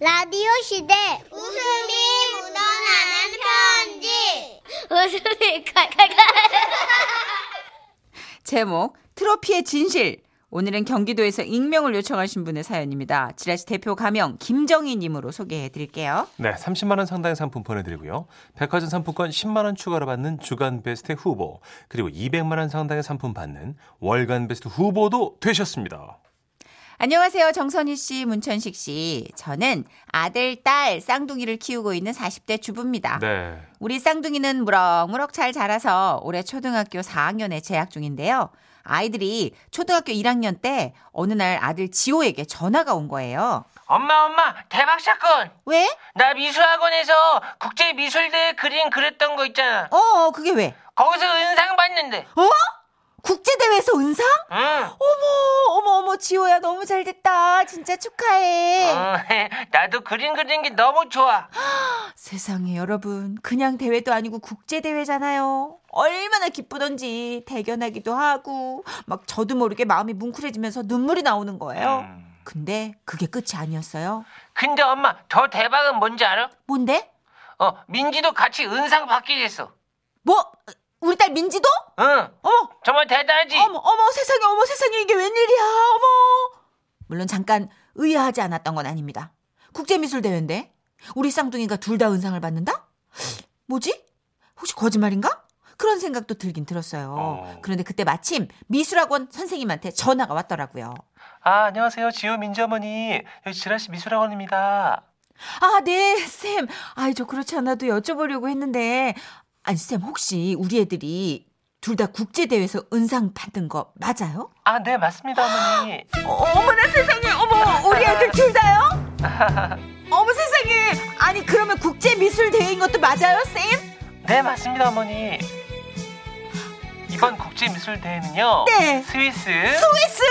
라디오 시대 웃음이 묻어나는 편지 웃음이 칼칼칼 제목 트로피의 진실. 오늘은 경기도에서 익명을 요청하신 분의 사연입니다. 지라시 대표 가명 김정희님으로 소개해 드릴게요. 네, 30만 원 상당의 상품 보내드리고요. 백화점 상품권 10만 원 추가로 받는 주간 베스트 후보 그리고 200만 원 상당의 상품 받는 월간 베스트 후보도 되셨습니다. 안녕하세요. 정선희 씨, 문천식 씨. 저는 아들, 딸, 쌍둥이를 키우고 있는 40대 아. 주부입니다. 네, 우리 쌍둥이는 무럭무럭 잘 자라서 올해 초등학교 4학년에 재학 중인데요. 아이들이 초등학교 1학년 때 어느 날 아들 지호에게 전화가 온 거예요. 엄마 엄마 대박 사건 왜? 나 미술학원에서 국제 미술대회 그림 그렸던 거 있잖아 어, 어, 그게 왜? 거기서 은상 받는데 어? 국제대회에서 은상? 응 어머, 어머, 어머, 지호야, 너무 잘 됐다. 진짜 축하해. 어, 나도 그림 그리는 게 너무 좋아 세상에 여러분, 그냥 대회도 아니고 국제대회잖아요. 얼마나 기쁘던지, 대견하기도 하고, 막 저도 모르게 마음이 뭉클해지면서 눈물이 나오는 거예요. 음. 근데 그게 끝이 아니었어요. 근데 엄마 더 대박은 뭔지 알아? 뭔데? 어 민지도 같이 은상 받게 됐어 뭐, 우리 딸 민지도? 응 어머, 정말 대단하지 어머, 어머, 세상에, 어머, 세상에, 이게 웬일이야, 어머. 물론 잠깐 의아하지 않았던 건 아닙니다. 국제미술대회인데, 우리 쌍둥이가 둘 다 은상을 받는다? 뭐지? 혹시 거짓말인가? 그런 생각도 들긴 들었어요. 어. 그런데 그때 마침 미술학원 선생님한테 전화가 왔더라고요. 아, 안녕하세요. 지호 민지 어머니. 여기 지라시 미술학원입니다. 아, 네, 쌤. 아이, 저 그렇지 않아도 여쭤보려고 했는데. 아니, 쌤, 혹시 우리 애들이 둘 다 국제대회에서 은상 받은 거 맞아요? 아 네 맞습니다 어머니 어머나 세상에 어머 우리 애들 둘 다요? 어머 세상에 아니 그러면 국제 미술 대회인 것도 맞아요 쌤? 네 맞습니다 어머니 이번 국제 미술대회는요 네. 스위스 스위스?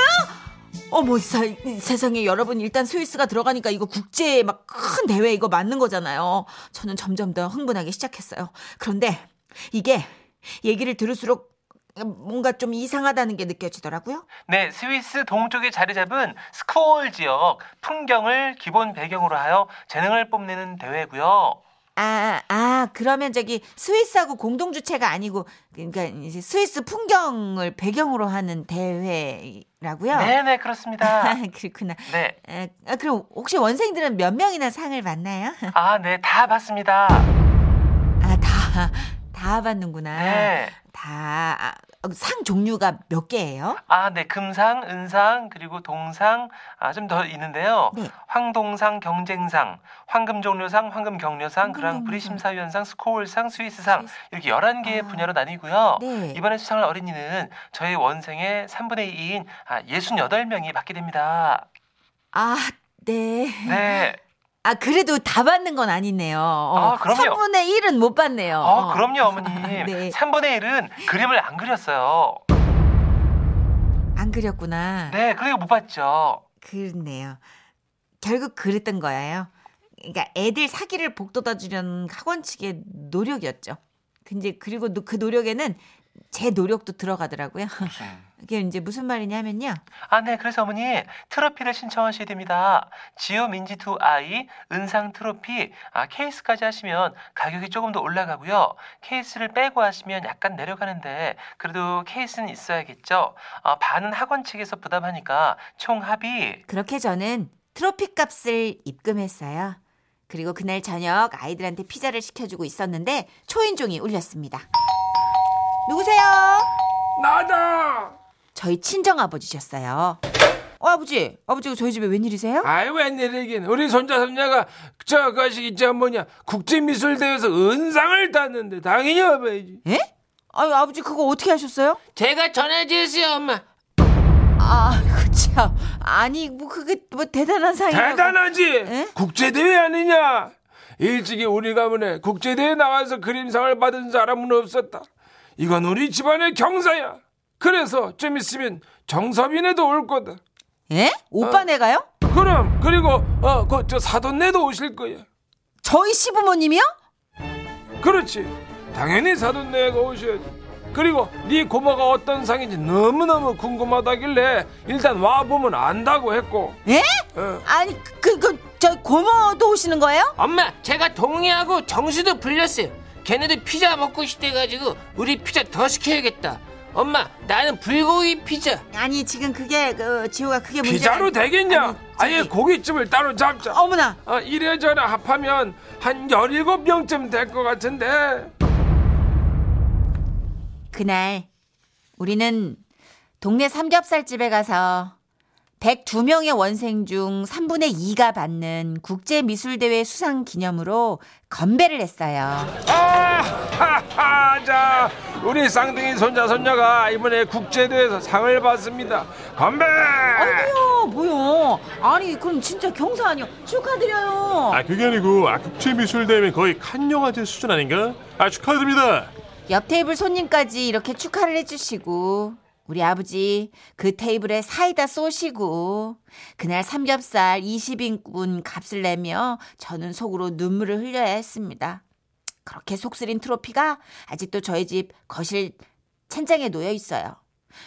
어머 사- 세상에 여러분 일단 스위스가 들어가니까 이거 국제 막 큰 대회 이거 맞는 거잖아요. 저는 점점 더 흥분하기 시작했어요. 그런데 이게 얘기를 들을수록 뭔가 좀 이상하다는 게 느껴지더라고요. 네, 스위스 동쪽에 자리 잡은 스콜 지역 풍경을 기본 배경으로 하여 재능을 뽐내는 대회고요. 아, 아, 그러면 저기 스위스하고 공동 주체가 아니고 그러니까 이제 스위스 풍경을 배경으로 하는 대회라고요? 네, 네, 그렇습니다. 아, 그렇구나. 네. 아, 아, 그럼 혹시 원생들은 몇 명이나 상을 받나요? 아, 네, 다 봤습니다. 아, 다, 다 받는구나. 네. 다, 아, 상 종류가 몇 개예요? 아, 네, 금상, 은상, 그리고 동상, 아, 좀 더 있는데요. 네. 황동상, 경쟁상, 황금종려상, 황금경려상, 황금종려상. 그랑프리 심사위원상, 스코울상, 스위스상, 스위스. 이렇게 11개의 아. 분야로 나뉘고요. 네. 이번에 수상할 어린이는 저희 원생의 3분의 2인 아, 68명이 받게 됩니다. 아, 네. 네. 아, 그래도 다 받는 건 아니네요. 어, 아, 그럼요. 3분의 1은 못 받네요. 아, 어. 그럼요, 어머님. 네. 3분의 1은 그림을 안 그렸어요. 안 그렸구나. 네, 그리고 못 봤죠. 그렇네요. 결국 그랬던 거예요. 그러니까 애들 사기를 복돋아 주려는 학원 측의 노력이었죠. 근데 그리고 노- 그 노력에는 제 노력도 들어가더라고요. 이게 이제 무슨 말이냐면요. 아, 네, 그래서 어머니, 트로피를 신청하셔야 됩니다. 지오 민지2 아이, 은상 트로피, 아, 케이스까지 하시면 가격이 조금 더 올라가고요. 케이스를 빼고 하시면 약간 내려가는데, 그래도 케이스는 있어야겠죠. 아, 반은 학원 측에서 부담하니까 총 합이, 그렇게 저는 트로피 값을 입금했어요. 그리고 그날 저녁 아이들한테 피자를 시켜주고 있었는데 초인종이 울렸습니다. 누구세요? 나다. 저희 친정 아버지셨어요. 어, 아버지, 아버지 저희 집에 웬일이세요? 아이 웬일이긴. 우리 손자 손녀가 저그 거시기 저 뭐냐 국제미술대회에서 은상을 땄는데 당연히 와봐야지. 예? 아유 아버지 그거 어떻게 하셨어요? 제가 전해주세요 엄마. 아, 그참 아니 뭐 그게 뭐 대단한 상이라고. 대단하지. 에? 국제대회 아니냐. 일찍이 우리 가문에 국제대회 나가서 그림상을 받은 사람은 없었다. 이건 우리 집안의 경사야. 그래서 좀 있으면 정섭이네도 올 거다. 예? 어. 오빠네가요? 그럼 그리고 어그저 사돈네도 오실 거야. 저희 시부모님이요? 그렇지. 당연히 사돈 내가 오셔야지. 그리고 네 고모가 어떤 상인지 너무너무 궁금하다길래 일단 와보면 안다고 했고 예? 어. 아니 그그저 고모도 오시는 거예요? 엄마, 제가 동희하고 정수도 불렸어요. 걔네도 피자 먹고 싶대가지고 우리 피자 더 시켜야겠다. 엄마, 나는 불고기 피자. 아니 지금 그게 그 지호가 그게 문제. 피자로 되겠냐? 아예 고깃집을 따로 잡자. 어머나 아, 이래저래 합하면 한 17명쯤 될 것 같은데. 그날 우리는 동네 삼겹살집에 가서 102명의 원생 중 3분의 2가 받는 국제미술대회 수상 기념으로 건배를 했어요. 아, 하하, 자, 우리 쌍둥이 손자, 손녀가 이번에 국제대회에서 상을 받습니다. 건배! 아니요, 뭐요. 아니, 그럼 진짜 경사 아니요. 어. 축하드려요. 아 그게 아니고 아 국제 미술 대회 거의 칸 영화제 수준 아닌가? 아 축하드립니다. 옆 테이블 손님까지 이렇게 축하를 해주시고 우리 아버지 그 테이블에 사이다 쏘시고 그날 삼겹살 20인분 값을 내며 저는 속으로 눈물을 흘려야 했습니다. 그렇게 속쓰린 트로피가 아직도 저희 집 거실 찬장에 놓여 있어요.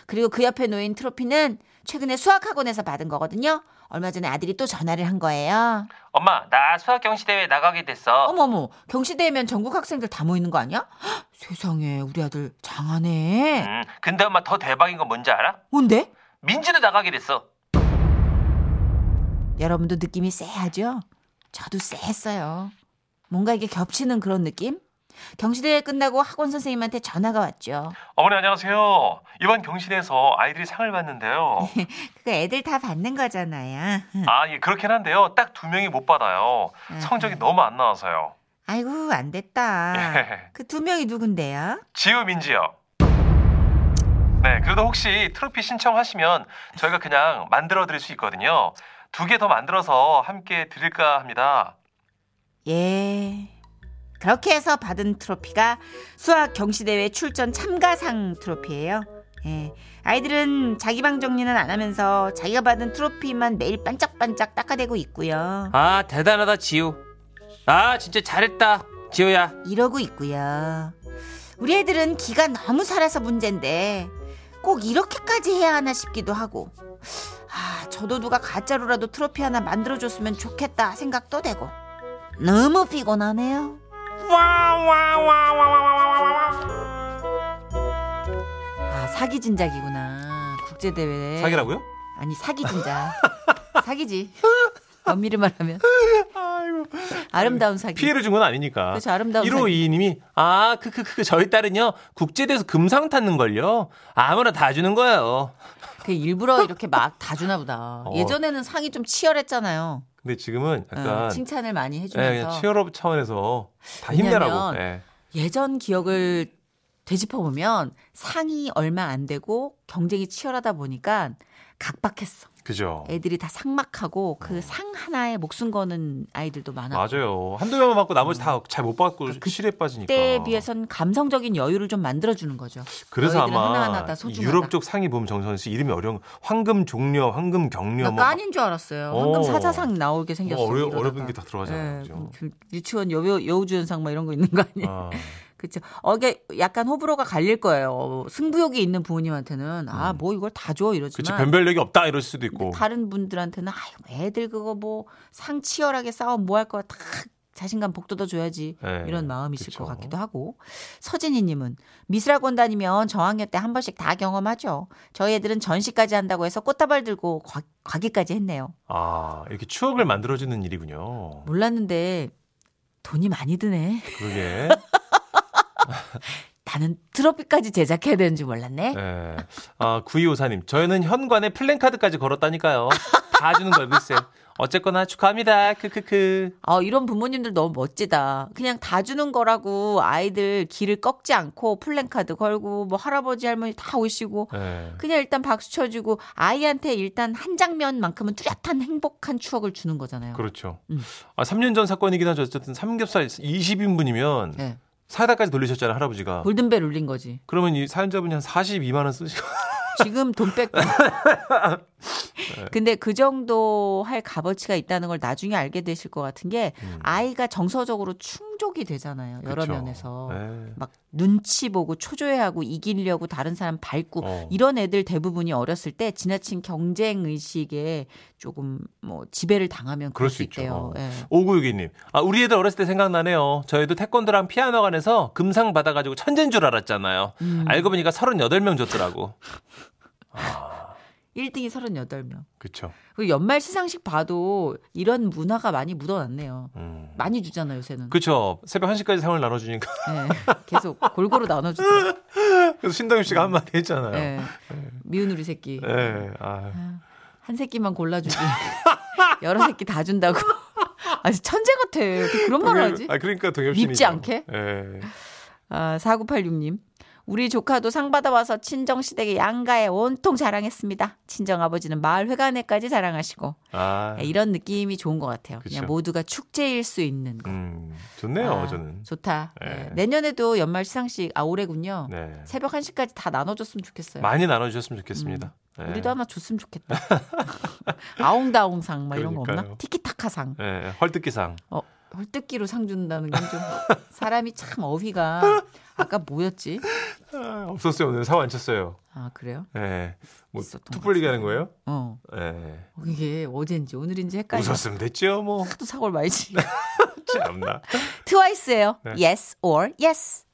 그리고 그 옆에 놓인 트로피는 최근에 수학학원에서 받은 거거든요. 얼마 전에 아들이 또 전화를 한 거예요. 엄마, 나 수학 경시 대회 나가게 됐어. 어머머, 경시대회면 전국 학생들 다 모이는 거 아니야? 헉, 세상에, 우리 아들 장하네. 음, 근데 엄마 더 대박인 건 뭔지 알아? 뭔데? 민지도 나가게 됐어. 여러분도 느낌이 쎄하죠? 저도 쎄했어요. 뭔가 이게 겹치는 그런 느낌? 경시대회 끝나고 학원 선생님한테 전화가 왔죠. 어머니 안녕하세요. 이번 경신에서 아이들이 상을 받는데요. 그거 그러니까 애들 다 받는 거잖아요. 아, 예, 그렇긴 한데요. 딱 두 명이 못 받아요. 성적이 너무 안 나와서요. 아이고, 안 됐다. 그 두 명이 누군데요? 지우 민지요. 네, 그래도 혹시 트로피 신청하시면 저희가 그냥 만들어 드릴 수 있거든요. 두 개 더 만들어서 함께 드릴까 합니다. 예. 그렇게 해서 받은 트로피가 수학 경시대회 출전 참가상 트로피예요. 예. 아이들은 자기 방 정리는 안 하면서 자기가 받은 트로피만 매일 반짝반짝 닦아대고 있고요. 아, 대단하다, 지우. 아, 진짜 잘했다, 네. 지우야. 이러고 있고요. 우리 애들은 기가 너무 살아서 문제인데 꼭 이렇게까지 해야 하나 싶기도 하고. 아, 저도 누가 가짜로라도 트로피 하나 만들어줬으면 좋겠다 생각도 되고. 너무 피곤하네요. 아, 사기 진작이구나. 국제대회. 사기라고요? 아니, 사기 진작. 사기지. 엄밀히 말하면. 아름다운 사기. 피해를 준 건 아니니까. 그렇죠, 아름다운 1호 사기. 2님이 아, 크크크 저희 딸은요. 국제대회에서 금상 탔는 걸요. 아무나 다 주는 거예요. 그 일부러 이렇게 막 다 주나 보다. 어. 예전에는 상이 좀 치열했잖아요. 근데 지금은 응, 약간 칭찬을 많이 예, 그냥 해주면서 치열업 차원에서 다 왜냐면 힘내라고. 예. 예전 기억을 되짚어보면 상이 얼마 안 되고 경쟁이 치열하다 보니까 각박했어. 그죠. 애들이 다 상막하고 그 상 하나에 목숨 거는 아이들도 많아. 맞아요. 한두 명만 받고 나머지 다 잘 못 받고 실에 빠지니까. 음. 그러니까 그때에 비해선 감성적인 여유를 좀 만들어주는 거죠. 그래서 너희들은 아마 하나하나 다 소중하다. 유럽 쪽 상위 보면 정선 씨 이름이 어려운 황금 종려, 황금 경려 나 뭐 깐인 줄 알았어요. 황금 어. 사자상 나오게 생겼어. 뭐 어려, 이러다가. 어려운 게 다 들어가잖아요. 예, 그죠? 그 유치원 여우, 여우주연상 막 이런 거 있는 거 아니에요? 아, 그렇죠. 어, 이게 약간 호불호가 갈릴 거예요. 어, 승부욕이 있는 부모님한테는 아 뭐 이걸 다 줘 음. 그치 이러지만 변별력이 뭐. 없다 이럴 수도 있고. 다른 분들한테는 아유 애들 그거 뭐 상 치열하게 싸움 뭐 할 거야 다 자신감 복돋아 줘야지 예, 이런 마음이실 그쵸. 것 같기도 하고 서진희님은 미술학원 다니면 저학년 때 한 번씩 다 경험하죠. 저희 애들은 전시까지 한다고 해서 꽃다발 들고 과, 과기까지 했네요. 아 이렇게 추억을 만들어주는 일이군요. 몰랐는데 돈이 많이 드네. 그러게. 나는 트로피까지 제작해야 되는지 몰랐네. 예. 아, 9254님, 저희는 현관에 플랜카드까지 걸었다니까요. 다 주는 걸 글쎄. 어쨌거나 축하합니다. 크크크. 아, 이런 부모님들 너무 멋지다. 그냥 다 주는 거라고 아이들 길을 꺾지 않고 플랜카드 걸고 뭐 할아버지 할머니 다 오시고 예. 그냥 일단 박수 쳐주고 아이한테 일단 한 장면만큼은 뚜렷한 행복한 추억을 주는 거잖아요. 그렇죠. 음. 아, 3년 전 사건이긴 하죠. 어쨌든 삼겹살 20인분이면 네. 사다까지 돌리셨잖아요, 할아버지가. 골든벨 울린 거지. 그러면 이 사연자분이 한 42만 원 쓰시고 지금 돈 뺏고 근데 그 정도 할 값어치가 있다는 걸 나중에 알게 되실 것 같은 게 아이가 정서적으로 충족이 되잖아요. 여러 음. 그쵸. 면에서. 네. 막 눈치 보고 초조해하고 이기려고 다른 사람 밟고 어. 이런 애들 대부분이 어렸을 때 지나친 경쟁 의식에 조금 뭐 지배를 당하면 그럴 그럴 수 수 있죠. 있대요. 예. 5962님. 아, 우리 애들 어렸을 때 생각나네요. 저희도 태권도랑 피아노관에서 금상 받아가지고 천재인 줄 알았잖아요. 음. 알고 보니까 38명 줬더라고. 1등이 38명. 그쵸. 그리고 연말 시상식 봐도 이런 문화가 많이 묻어났네요. 음. 많이 주잖아요, 요새는. 그쵸. 새벽 1시까지 상을 나눠주니까. 예. 계속 골고루 나눠주세요. 그래서 신동엽 음. 씨가 한마디 했잖아요. 어. 예. 예. 미운 우리 새끼. 아유. 한 새끼만 골라주지. 여러 새끼 다 준다고. 아, 천재 같아. 어떻게 그런 말을 하지? 아, 그러니까 동엽 씨. 밉지 않게? 예. 아, 4986님. 우리 조카도 상 받아와서 친정시댁의 양가에 온통 자랑했습니다. 친정아버지는 마을회관에까지 자랑하시고. 아. 야, 이런 느낌이 좋은 것 같아요. 그 그쵸. 냥 모두가 축제일 수 있는 거. 음, 좋네요, 아, 저는. 좋다. 예. 예. 내년에도 연말 시상식, 아, 올해군요. 네. 새벽 1시까지 다 나눠줬으면 좋겠어요. 많이 나눠주셨으면 좋겠습니다. 예. 음, 우리도 하나 줬으면 좋겠다. 아웅다웅상 막 이런 거 그러니까요. 없나? 티키타카상. 예, 헐뜯기상. 어, 헐뜯기로 상 준다는 건 좀 사람이 참 어휘가 아까 뭐였지? 아, 없었어요, 오늘 사고 안 쳤어요. 아, 그래요? 예. 뭐, 있었던 툭 것 불리게 하는 거예요? 어. 예. 이게 어젠지 오늘인지 헷갈려. 웃었으면 됐죠, 뭐. 하도 사고를 많이 치. 참나. 트와이스예요. 네. Yes or yes.